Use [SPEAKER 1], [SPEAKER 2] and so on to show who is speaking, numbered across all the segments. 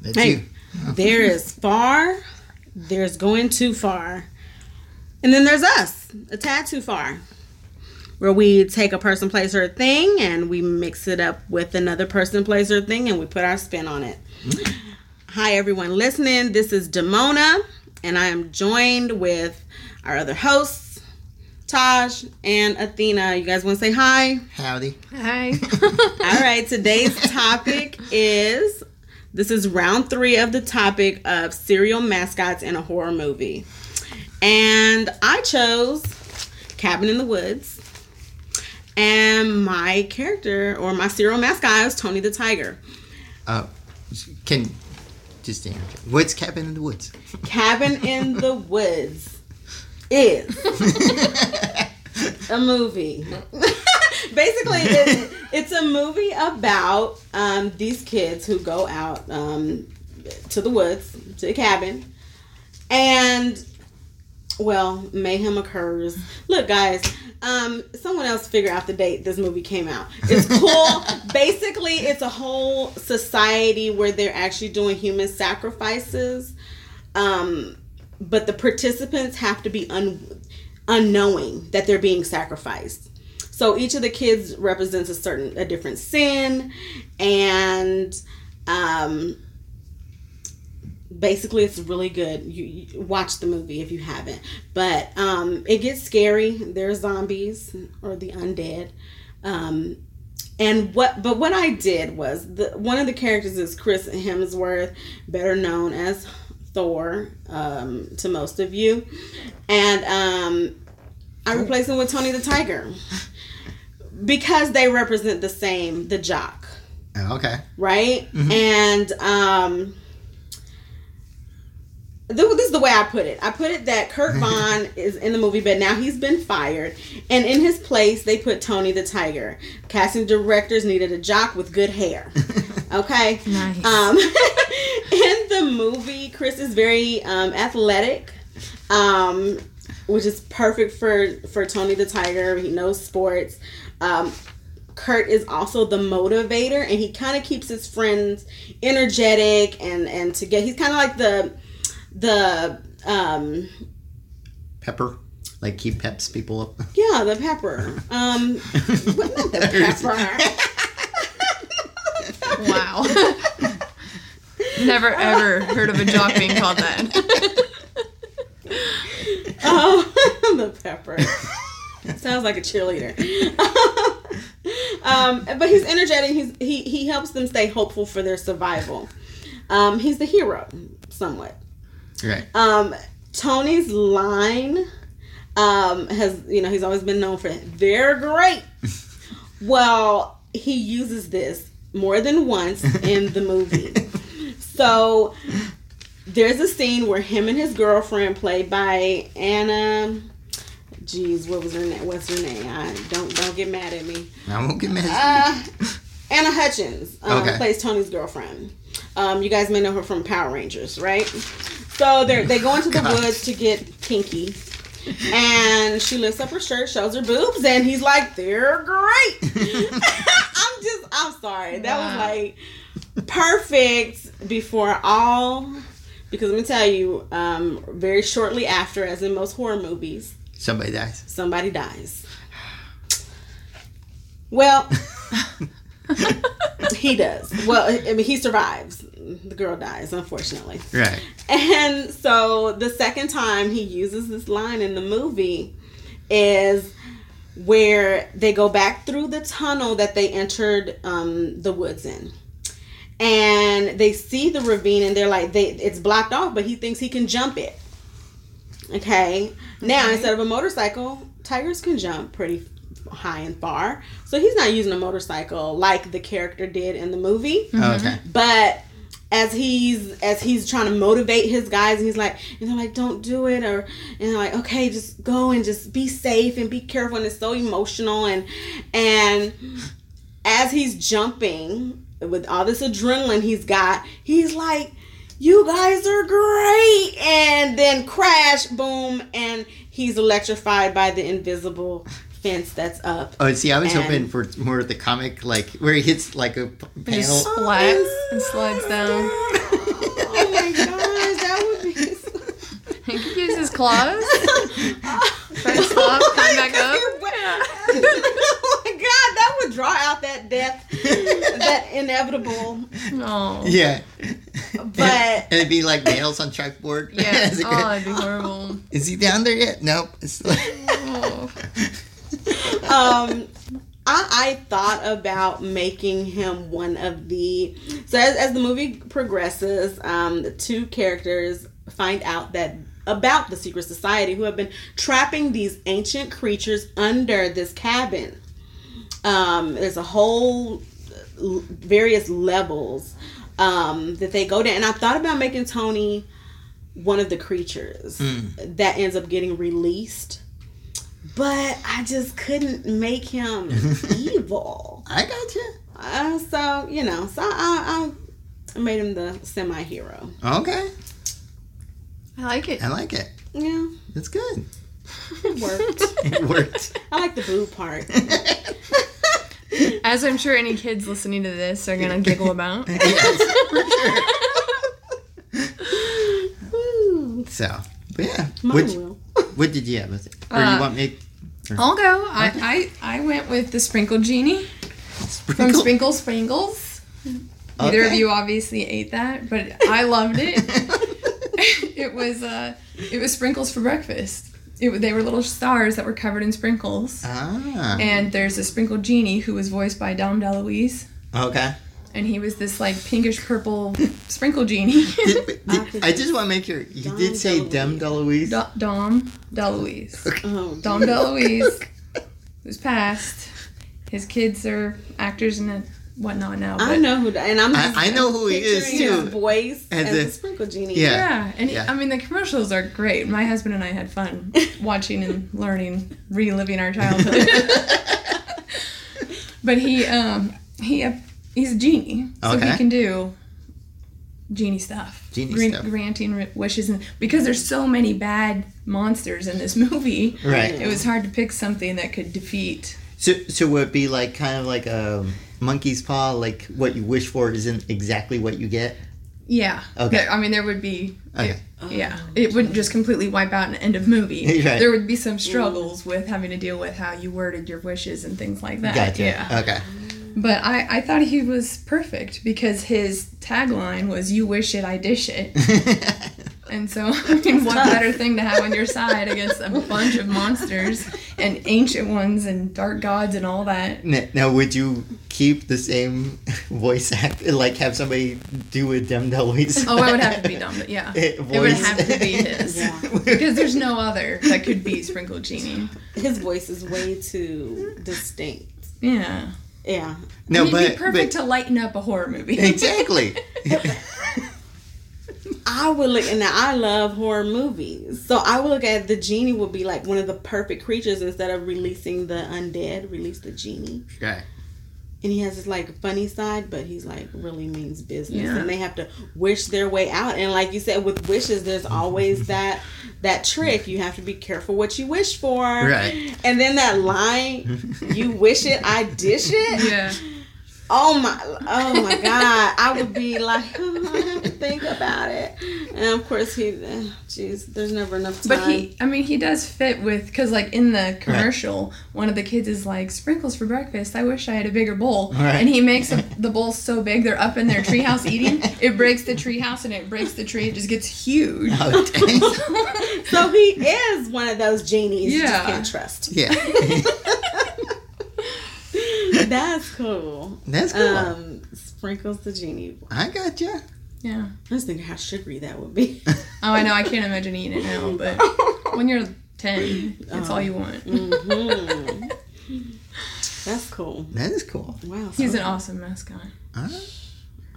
[SPEAKER 1] That's
[SPEAKER 2] Hey,
[SPEAKER 1] you.
[SPEAKER 2] there is far, there's going too far, and then there's us, a tad too far, where we take a person, place, or thing and we mix it up with another person, place, or thing and we put our spin on it. Hi, everyone listening. This is Demona, and I am joined with our other hosts, Taj and Athena. You guys want to say hi?
[SPEAKER 1] Howdy.
[SPEAKER 3] Hi.
[SPEAKER 2] All right, today's topic is this is round three of the topic of serial mascots in a horror movie. And I chose Cabin in the Woods. And my character or my serial mascot is Tony the Tiger.
[SPEAKER 1] Uh, can just to interject. What's cabin in the woods?
[SPEAKER 2] Cabin in the Woods is a movie. Basically, it, it's a movie about um, these kids who go out um, to the woods, to the cabin, and well, mayhem occurs. Look, guys, um, someone else figure out the date this movie came out. It's cool. Basically, it's a whole society where they're actually doing human sacrifices, um, but the participants have to be un- unknowing that they're being sacrificed. So each of the kids represents a certain, a different sin, and um, basically it's really good you, you watch the movie if you haven't but um it gets scary there are zombies or the undead um and what but what i did was the one of the characters is chris hemsworth better known as thor um to most of you and um i replaced him with tony the tiger because they represent the same the jock
[SPEAKER 1] Oh, okay.
[SPEAKER 2] right? And um, th- this is the way I put it. I put it that Kurt Vaughn is in the movie, but now he's been fired, and in his place they put Tony the Tiger. Casting directors needed a jock with good hair. Okay.
[SPEAKER 3] Nice.
[SPEAKER 2] Um, in the movie, Chris is very um, athletic. Um, which is perfect for for Tony the Tiger. He knows sports. Um, Kurt is also the motivator, and he kind of keeps his friends energetic and and to get. He's kind of like the the um
[SPEAKER 1] Pepper. Like he peps people up.
[SPEAKER 2] yeah the pepper um what, not the pepper
[SPEAKER 3] Wow. Never ever heard of a jock being called that.
[SPEAKER 2] oh the pepper sounds like a cheerleader um but he's energetic he's he he helps them stay hopeful for their survival um he's the hero somewhat
[SPEAKER 1] right.
[SPEAKER 2] um, Tony's line um, has, you know, he's always been known for they're great. well, he uses this more than once in the movie. so there's a scene where him and his girlfriend, played by Anna. Jeez, what was her name? What's her name? I don't don't get mad at me.
[SPEAKER 1] I won't get mad.
[SPEAKER 2] Uh, Anna Hutchins um,
[SPEAKER 1] Okay.
[SPEAKER 2] plays Tony's girlfriend. Um, you guys may know her from Power Rangers, right? So they they go into the
[SPEAKER 1] God.
[SPEAKER 2] woods to get kinky, and she lifts up her shirt, shows her boobs, and he's like, "They're great." I'm just, I'm sorry, that was
[SPEAKER 3] Wow.
[SPEAKER 2] like perfect before all. Because let me tell you, um, very shortly after, as in most horror movies,
[SPEAKER 1] Somebody dies.
[SPEAKER 2] somebody dies. Well, he does. Well, I mean, he survives. The girl dies, unfortunately.
[SPEAKER 1] Right.
[SPEAKER 2] And so the second time he uses this line in the movie is where they go back through the tunnel that they entered um, the woods in. And they see the ravine and they're like, they, it's blocked off, but he thinks he can jump it. Okay. Now, instead of a motorcycle, tigers can jump pretty high and far. So he's not using a motorcycle like the character did in the movie
[SPEAKER 1] okay.
[SPEAKER 2] but as he's as he's trying to motivate his guys and he's like and they're like don't do it or and they're like okay just go and just be safe and be careful and it's so emotional and and as he's jumping with all this adrenaline he's got he's like you guys are great and then crash boom and he's electrified by the invisible fence that's up
[SPEAKER 1] Oh, see, I was
[SPEAKER 2] And-
[SPEAKER 1] hoping for more of the comic, like where he hits like a p-
[SPEAKER 3] Just
[SPEAKER 1] panel.
[SPEAKER 3] slides and slides down.
[SPEAKER 2] Oh
[SPEAKER 1] Oh
[SPEAKER 3] claws. First claw, come back up.
[SPEAKER 2] You're wet. oh my god, that would draw out that death, that inevitable.
[SPEAKER 3] Oh.
[SPEAKER 1] Yeah.
[SPEAKER 2] But-
[SPEAKER 1] and it'd be like nails on chalkboard.
[SPEAKER 3] Yeah.
[SPEAKER 1] Is it
[SPEAKER 3] Oh,
[SPEAKER 1] good?
[SPEAKER 3] it'd be horrible.
[SPEAKER 1] Is he down there yet? Nope. It's like,
[SPEAKER 3] Oh.
[SPEAKER 2] um I, I thought about making him one of the so as, as the movie progresses um the two characters find out that about the secret society who have been trapping these ancient creatures under this cabin um there's a whole l- various levels um that they go down and i thought about making tony one of the creatures
[SPEAKER 1] Hmm.
[SPEAKER 2] that ends up getting released but I just couldn't make him evil.
[SPEAKER 1] I got you.
[SPEAKER 2] Uh, so you know, so I, I, I made him the semi-hero.
[SPEAKER 1] Okay.
[SPEAKER 3] I like it.
[SPEAKER 1] I like it.
[SPEAKER 2] Yeah,
[SPEAKER 1] That's good.
[SPEAKER 2] it worked.
[SPEAKER 1] It worked.
[SPEAKER 2] I like the boo part.
[SPEAKER 3] As I'm sure any kids listening to this are gonna giggle about.
[SPEAKER 1] yes, for sure.
[SPEAKER 2] Ooh,
[SPEAKER 1] So, but yeah.
[SPEAKER 2] mine
[SPEAKER 1] What,
[SPEAKER 2] will.
[SPEAKER 1] what did you have with it? Or
[SPEAKER 3] Uh,
[SPEAKER 1] you want me
[SPEAKER 3] I'll go. I, I I went with the sprinkle genie from
[SPEAKER 1] sprinkle?
[SPEAKER 3] Sprinkle Sprinkles. Neither of
[SPEAKER 1] Okay.
[SPEAKER 3] you obviously ate that, but I loved it. it was uh, it was sprinkles for breakfast. It, wa- they were little stars that were covered in sprinkles.
[SPEAKER 1] ah.
[SPEAKER 3] And there's a sprinkle genie who was voiced by Dom DeLuise,
[SPEAKER 1] okay.
[SPEAKER 3] and he was this like pinkish purple sprinkle genie.
[SPEAKER 1] Did- did- I just want to make sure you
[SPEAKER 2] Dom
[SPEAKER 1] did say Dumb DeLuise.
[SPEAKER 3] Do- Dom DeLuise.
[SPEAKER 2] Oh,
[SPEAKER 3] Dom DeLuise, who's passed. His kids are actors and uh, whatnot now.
[SPEAKER 2] I
[SPEAKER 3] but-
[SPEAKER 2] know who, and I'm. just
[SPEAKER 1] I, I know who he is
[SPEAKER 2] picturing His
[SPEAKER 1] too.
[SPEAKER 2] voice
[SPEAKER 1] And
[SPEAKER 2] as
[SPEAKER 1] the-
[SPEAKER 2] the sprinkle genie.
[SPEAKER 1] Yeah.
[SPEAKER 3] Yeah, and
[SPEAKER 1] Yeah.
[SPEAKER 3] I mean the commercials are great. My husband and I had fun watching and learning, reliving our childhood. but he um he he's a genie, so
[SPEAKER 1] Okay.
[SPEAKER 3] he can do genie stuff.
[SPEAKER 1] Genie stuff.
[SPEAKER 3] Granting ri- wishes, and because there's so many bad monsters in this movie,
[SPEAKER 1] Right.
[SPEAKER 3] it was hard to pick something that could defeat.
[SPEAKER 1] So, so would it be like kind of like a monkey's paw? Like what you wish for isn't exactly what you get.
[SPEAKER 3] Yeah.
[SPEAKER 1] Okay.
[SPEAKER 3] There- I mean, there would be.
[SPEAKER 1] Okay.
[SPEAKER 3] Yeah, it wouldn't just completely wipe out an end of movie.
[SPEAKER 1] Right.
[SPEAKER 3] There would be some struggles with having to deal with how you worded your wishes and things like that.
[SPEAKER 1] Gotcha. Uh,
[SPEAKER 3] Yeah.
[SPEAKER 1] Okay.
[SPEAKER 3] But I, I thought he was perfect because his tagline was "You wish it, I dish it," and so I mean, what better thing to have on your side against a bunch of monsters and ancient ones and dark gods and all that?
[SPEAKER 1] N- now, would you keep the same voice act? Like have somebody do a dumb DeLuise?
[SPEAKER 3] Oh, I would have to be dumb, but yeah,
[SPEAKER 1] Eh,
[SPEAKER 3] it would
[SPEAKER 1] voice.
[SPEAKER 3] have to be his because there's no other that could be Sprinkle Genie.
[SPEAKER 2] His voice is way too distinct.
[SPEAKER 3] Yeah.
[SPEAKER 2] Yeah,
[SPEAKER 1] no,
[SPEAKER 3] It'd
[SPEAKER 1] but,
[SPEAKER 3] be perfect
[SPEAKER 1] but
[SPEAKER 3] to lighten up a horror movie.
[SPEAKER 1] exactly.
[SPEAKER 2] I would look, and I love horror movies, so I would look at the genie would be like one of the perfect creatures instead of releasing the undead, release the genie,
[SPEAKER 1] okay.
[SPEAKER 2] and he has this like funny side, but he's like really means business,
[SPEAKER 3] Yeah.
[SPEAKER 2] and they have to wish their way out, and like you said, with wishes, there's always that that trick. You have to be careful what you wish for,
[SPEAKER 1] Right.
[SPEAKER 2] And then that line, "You wish it, I dish it."
[SPEAKER 3] yeah.
[SPEAKER 2] Oh my! Oh my God! I would be like, "Oh, I have to think about it. And of course, he. uh, Jeez, there's never enough time.
[SPEAKER 3] But he, I mean, he does fit with because, like, in the commercial, one of the kids is like, "Sprinkles for breakfast. I wish I had a bigger bowl."
[SPEAKER 1] Right.
[SPEAKER 3] And he makes a, the bowl so big they're up in their treehouse eating. It breaks the treehouse and it breaks the tree. It just gets huge.
[SPEAKER 1] Oh, dang.
[SPEAKER 2] so he is one of those genies you just
[SPEAKER 3] Yeah.
[SPEAKER 2] can't trust.
[SPEAKER 1] yeah.
[SPEAKER 2] That's cool.
[SPEAKER 1] That's cool.
[SPEAKER 2] Um, sprinkles the genie.
[SPEAKER 1] I gotcha.
[SPEAKER 3] yeah.
[SPEAKER 2] I was thinking how sugary that would be.
[SPEAKER 3] Oh, I know. I can't imagine eating it now, but when you're ten, it's all you want.
[SPEAKER 1] Mm-hmm.
[SPEAKER 2] Mhm. That's cool.
[SPEAKER 1] That is cool.
[SPEAKER 2] Wow. So
[SPEAKER 3] He's an awesome mascot,
[SPEAKER 1] Huh?
[SPEAKER 2] I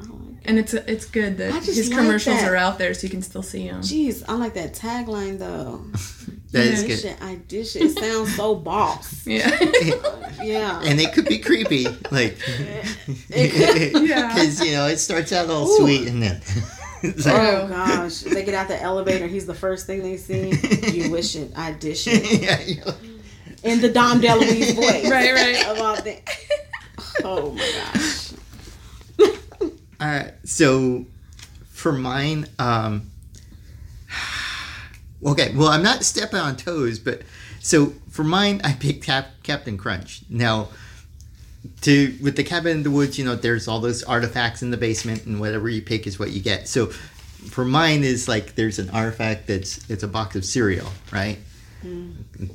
[SPEAKER 2] like.
[SPEAKER 3] and it's it's good that
[SPEAKER 2] I just
[SPEAKER 3] his
[SPEAKER 2] like
[SPEAKER 3] commercials
[SPEAKER 2] that.
[SPEAKER 3] are out there so you can still see him.
[SPEAKER 2] Jeez, I like that tagline though.
[SPEAKER 1] That is
[SPEAKER 2] Dish
[SPEAKER 1] good.
[SPEAKER 2] it, I dish it. It sounds so boss.
[SPEAKER 3] Yeah.
[SPEAKER 2] Yeah.
[SPEAKER 1] And it could be creepy, like,
[SPEAKER 3] Yeah.
[SPEAKER 1] because you know it starts out all
[SPEAKER 2] Ooh.
[SPEAKER 1] sweet and then it's like,
[SPEAKER 2] Oh gosh, they get out the elevator. He's the first thing they see. You wish it, I dish it.
[SPEAKER 1] yeah, you're like,
[SPEAKER 2] In the Dom DeLuise voice.
[SPEAKER 3] Right, right.
[SPEAKER 2] Of all things. Oh my gosh.
[SPEAKER 1] Uh, All right. So for mine, um, Okay, well, I'm not stepping on toes, but so for mine, I picked Cap- Captain Crunch. Now, to with the cabin in the woods, you know, there's all those artifacts in the basement, and whatever you pick is what you get. So, for mine is like there's an artifact that's it's a box of cereal, right?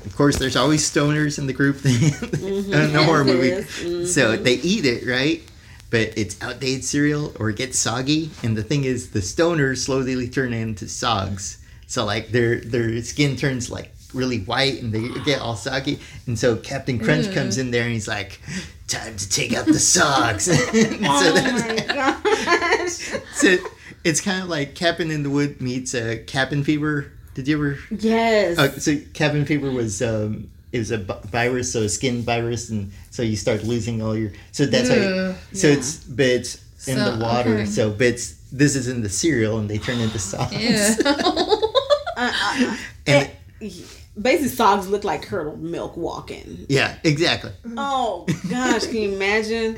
[SPEAKER 1] Of course, there's always stoners in the group in the horror
[SPEAKER 2] Yes,
[SPEAKER 1] movie,
[SPEAKER 2] yes.
[SPEAKER 1] so they eat it, right? But it's outdated cereal or it gets soggy, and the thing is, the stoners slowly turn into sogs. So like their their skin turns like really white and they get all soggy. And so Captain Crunch
[SPEAKER 3] Ew.
[SPEAKER 1] comes in there and he's like, "Time to take out the socks." And so
[SPEAKER 2] Oh
[SPEAKER 1] that's-
[SPEAKER 2] gosh.
[SPEAKER 1] so it's kind of like Captain in the Wood meets uh, Captain Fever. Did you ever?
[SPEAKER 2] Yes.
[SPEAKER 1] Uh, so Captain Fever was um, it was a bu- virus, so a skin virus, and so you start losing all your. So that's how. You,
[SPEAKER 3] Ew.
[SPEAKER 1] so it's but it's in
[SPEAKER 3] So,
[SPEAKER 1] the water.
[SPEAKER 3] okay.
[SPEAKER 1] So but it's, this is in the cereal, and they turn into socks.
[SPEAKER 3] Yeah.
[SPEAKER 2] Uh, uh,
[SPEAKER 1] And
[SPEAKER 2] uh. Basically, socks look like curdled milk walking.
[SPEAKER 1] yeah, exactly.
[SPEAKER 2] Oh gosh, can you imagine?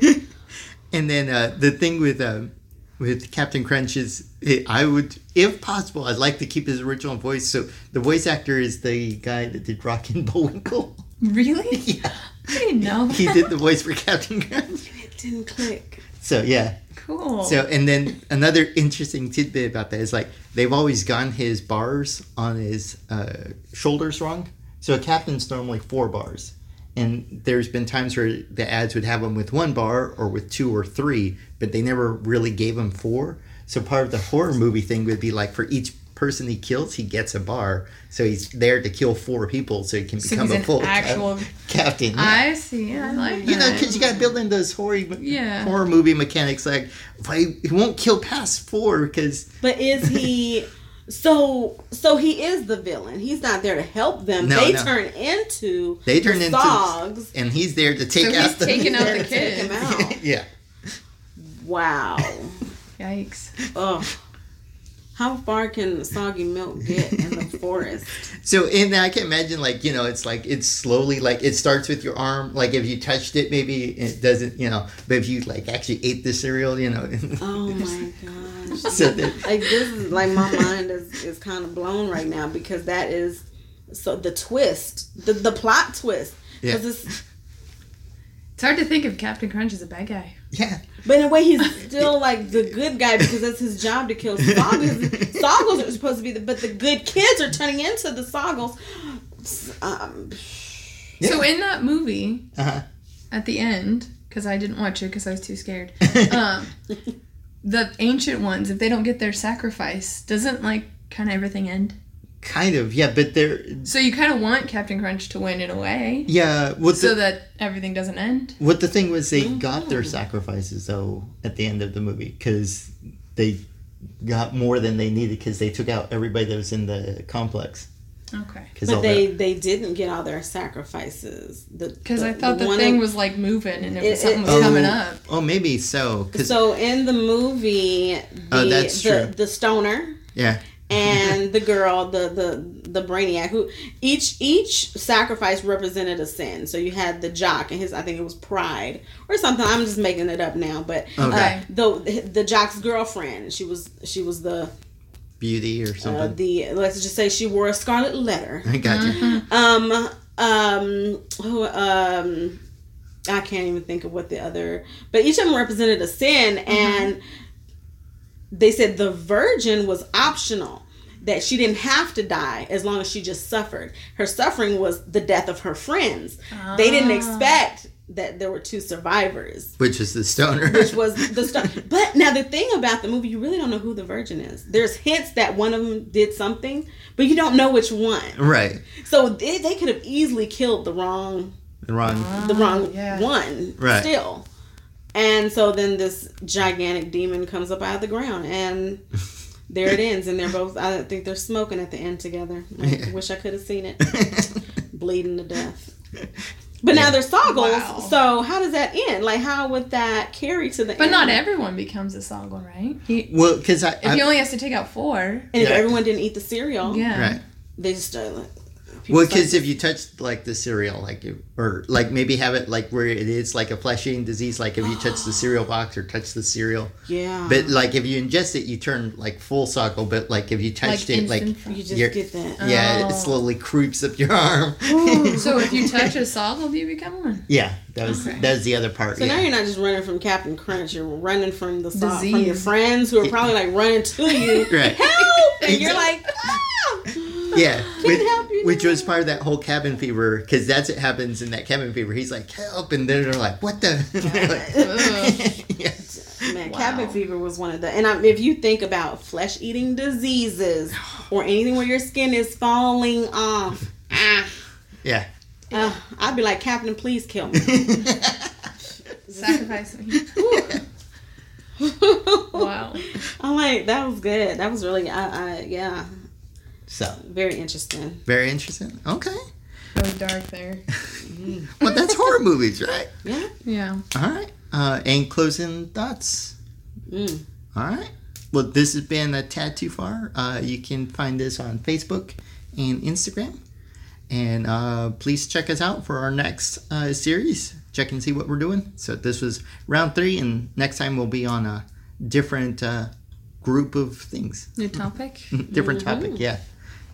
[SPEAKER 1] And then uh, the thing with um, with Captain Crunch is, it, I would, if possible, I'd like to keep his original voice. So the voice actor is the guy that did Rockin' Bullwinkle.
[SPEAKER 3] really?
[SPEAKER 1] yeah,
[SPEAKER 3] I didn't know.
[SPEAKER 1] he did the voice for Captain Crunch.
[SPEAKER 2] It didn't click.
[SPEAKER 1] So yeah.
[SPEAKER 3] Cool.
[SPEAKER 1] So and then another interesting tidbit about that is like they've always gone his bars on his uh, shoulders wrong. So a captain's normally four bars, and there's been times where the ads would have them with one bar or with two or three, but they never really gave him four. So part of the horror movie thing would be like for each person he kills, he gets a bar. So he's there to kill four people, so he can
[SPEAKER 3] So
[SPEAKER 1] become
[SPEAKER 3] he's
[SPEAKER 1] a
[SPEAKER 3] an
[SPEAKER 1] full cap-
[SPEAKER 3] actual-
[SPEAKER 1] captain. yeah.
[SPEAKER 3] I see. Yeah, I like that.
[SPEAKER 1] Mm-hmm. You know, because you got to build in those horror,
[SPEAKER 3] Yeah.
[SPEAKER 1] horror movie mechanics. Like, why he won't kill past four because
[SPEAKER 2] But is he? So so he is the villain. He's not there to help them.
[SPEAKER 1] No,
[SPEAKER 2] they
[SPEAKER 1] no.
[SPEAKER 2] turn into
[SPEAKER 1] they turn
[SPEAKER 2] the
[SPEAKER 1] into
[SPEAKER 2] sogs.
[SPEAKER 1] and he's there to take
[SPEAKER 3] So
[SPEAKER 1] out
[SPEAKER 3] he's
[SPEAKER 1] the
[SPEAKER 3] taking out the
[SPEAKER 2] Take him
[SPEAKER 3] kids.
[SPEAKER 2] out.
[SPEAKER 1] yeah,
[SPEAKER 2] Wow.
[SPEAKER 3] Yikes.
[SPEAKER 2] Ugh. How far can soggy milk get in the forest?
[SPEAKER 1] so and I can imagine like you know it's like it's slowly like it starts with your arm like if you touched it maybe it doesn't you know but if you like actually ate the cereal you know
[SPEAKER 2] Oh my gosh.
[SPEAKER 1] so that,
[SPEAKER 2] like this is like my mind is, is kind of blown right now because that is so the twist the, the plot twist 'Cause
[SPEAKER 1] Yeah.
[SPEAKER 2] it's-
[SPEAKER 3] It's hard to think of Captain Crunch as a bad guy.
[SPEAKER 1] yeah
[SPEAKER 2] but in a way he's still like the good guy because that's his job to kill soggles soggles are supposed to be the but the good kids are turning into the soggles um,
[SPEAKER 1] Yeah.
[SPEAKER 3] So in that movie,
[SPEAKER 1] uh-huh.
[SPEAKER 3] at the end, because I didn't watch it because I was too scared. Um, the ancient ones, if they don't get their sacrifice, doesn't like kind of everything end.
[SPEAKER 1] kind of yeah but they're
[SPEAKER 3] So you kind of want Captain Crunch to win in a way,
[SPEAKER 1] yeah what's
[SPEAKER 3] so
[SPEAKER 1] the,
[SPEAKER 3] that everything doesn't end.
[SPEAKER 1] What the thing was, they
[SPEAKER 2] Mm-hmm.
[SPEAKER 1] got their sacrifices though at the end of the movie because they got more than they needed because they took out everybody that was in the complex.
[SPEAKER 3] Okay.
[SPEAKER 1] Because
[SPEAKER 2] but they they didn't get all their sacrifices
[SPEAKER 3] Because I thought the, thing was like moving and it,
[SPEAKER 2] It-
[SPEAKER 3] something
[SPEAKER 2] it-
[SPEAKER 3] was coming up.
[SPEAKER 1] Oh, maybe so. 'cause-
[SPEAKER 2] so in the movie the,
[SPEAKER 1] Oh, that's
[SPEAKER 2] the,
[SPEAKER 1] true.
[SPEAKER 2] the stoner
[SPEAKER 1] yeah,
[SPEAKER 2] and the girl, the the the brainiac, who each each sacrifice represented a sin. So you had the jock and his, I think it was pride or something. I'm just making it up now, but
[SPEAKER 1] Okay.
[SPEAKER 2] uh, the the jock's girlfriend, she was she was the
[SPEAKER 1] beauty or
[SPEAKER 2] uh,
[SPEAKER 1] something.
[SPEAKER 2] the let's just say she wore a scarlet letter.
[SPEAKER 1] I got you.
[SPEAKER 2] Um um who um. I can't even think of what the other, but each of them represented a sin, and they said the virgin was optional that she didn't have to die as long as she just suffered her suffering was the death of her friends they didn't expect that there were two survivors
[SPEAKER 1] Which is the stoner.
[SPEAKER 2] which was the stuff but now the thing about the movie you really don't know who the virgin is there's hints that one of them did something but you don't know which one
[SPEAKER 1] right,
[SPEAKER 2] so they, they could have easily killed the wrong
[SPEAKER 1] the wrong.
[SPEAKER 2] the wrong
[SPEAKER 3] Oh, yeah.
[SPEAKER 2] one
[SPEAKER 1] Right.
[SPEAKER 2] still. And so then this gigantic demon comes up out of the ground and there it ends and they're both I think they're smoking at the end together. I
[SPEAKER 1] Yeah.
[SPEAKER 2] wish I could have seen it. Bleeding to death. But now they're soggles,
[SPEAKER 3] Wow.
[SPEAKER 2] so how does that end? Like how would that carry to the
[SPEAKER 3] But
[SPEAKER 2] end?
[SPEAKER 3] not everyone becomes a Soggle, right? He,
[SPEAKER 1] well, because I,
[SPEAKER 3] if
[SPEAKER 1] I
[SPEAKER 3] he only has to take out four,
[SPEAKER 2] And if
[SPEAKER 1] Yeah.
[SPEAKER 2] everyone didn't eat the cereal,
[SPEAKER 3] yeah.
[SPEAKER 1] right.
[SPEAKER 2] they just uh,
[SPEAKER 1] Well,
[SPEAKER 2] people's
[SPEAKER 1] because if you touch like the cereal, like if- or like maybe have it like where it is like a flesh eating disease, like if you touch the cereal box or touch the cereal,
[SPEAKER 2] life. yeah,
[SPEAKER 1] but like if you ingest it, you turn like full circle. But like if you touched it, like
[SPEAKER 3] instant
[SPEAKER 2] you just
[SPEAKER 1] you're-
[SPEAKER 2] get that.
[SPEAKER 1] yeah, it
[SPEAKER 3] Oh.
[SPEAKER 1] slowly creeps up your arm.
[SPEAKER 3] fr- so if you touch a solid, you become one.
[SPEAKER 1] yeah, that was
[SPEAKER 3] Okay.
[SPEAKER 1] that was the other part.
[SPEAKER 2] So now
[SPEAKER 1] yeah.
[SPEAKER 2] you're not just running from Captain Crunch. You're running from the salt, from your
[SPEAKER 3] Disease.
[SPEAKER 2] friends who are probably like running to you.
[SPEAKER 1] Right.
[SPEAKER 2] Help! And you're like, ah!
[SPEAKER 1] Yeah, which,
[SPEAKER 2] help you
[SPEAKER 1] which
[SPEAKER 2] now.
[SPEAKER 1] was part of that whole cabin fever because that's what happens in that cabin fever. He's like, help, and then they're like, what the? They're like- Yes.
[SPEAKER 2] Man,
[SPEAKER 3] Wow.
[SPEAKER 2] cabin fever was one of the. And I, if you think about flesh eating diseases or anything where your skin is falling off, ah,
[SPEAKER 1] Yeah.
[SPEAKER 2] uh, I'd be like, Captain, please kill me.
[SPEAKER 3] Sacrifice me. Wow.
[SPEAKER 2] I'm like, that was good. That was really, I, I, yeah,
[SPEAKER 1] so
[SPEAKER 2] very interesting.
[SPEAKER 1] very interesting. Okay.
[SPEAKER 3] So dark there.
[SPEAKER 1] Well, that's horror movies, right?
[SPEAKER 2] Yeah.
[SPEAKER 3] Yeah.
[SPEAKER 1] All right. Uh, and closing thoughts.
[SPEAKER 2] Mm.
[SPEAKER 1] All right. Well, this has been a tad too far. Uh, you can find us on Facebook and Instagram. And uh, please check us out for our next uh, series. Check and see what we're doing. So, this was round three, and next time we'll be on a different uh, group of things,
[SPEAKER 3] New topic.
[SPEAKER 1] different topic. Yeah.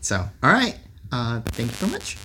[SPEAKER 1] So, all right. Uh, thank you so much.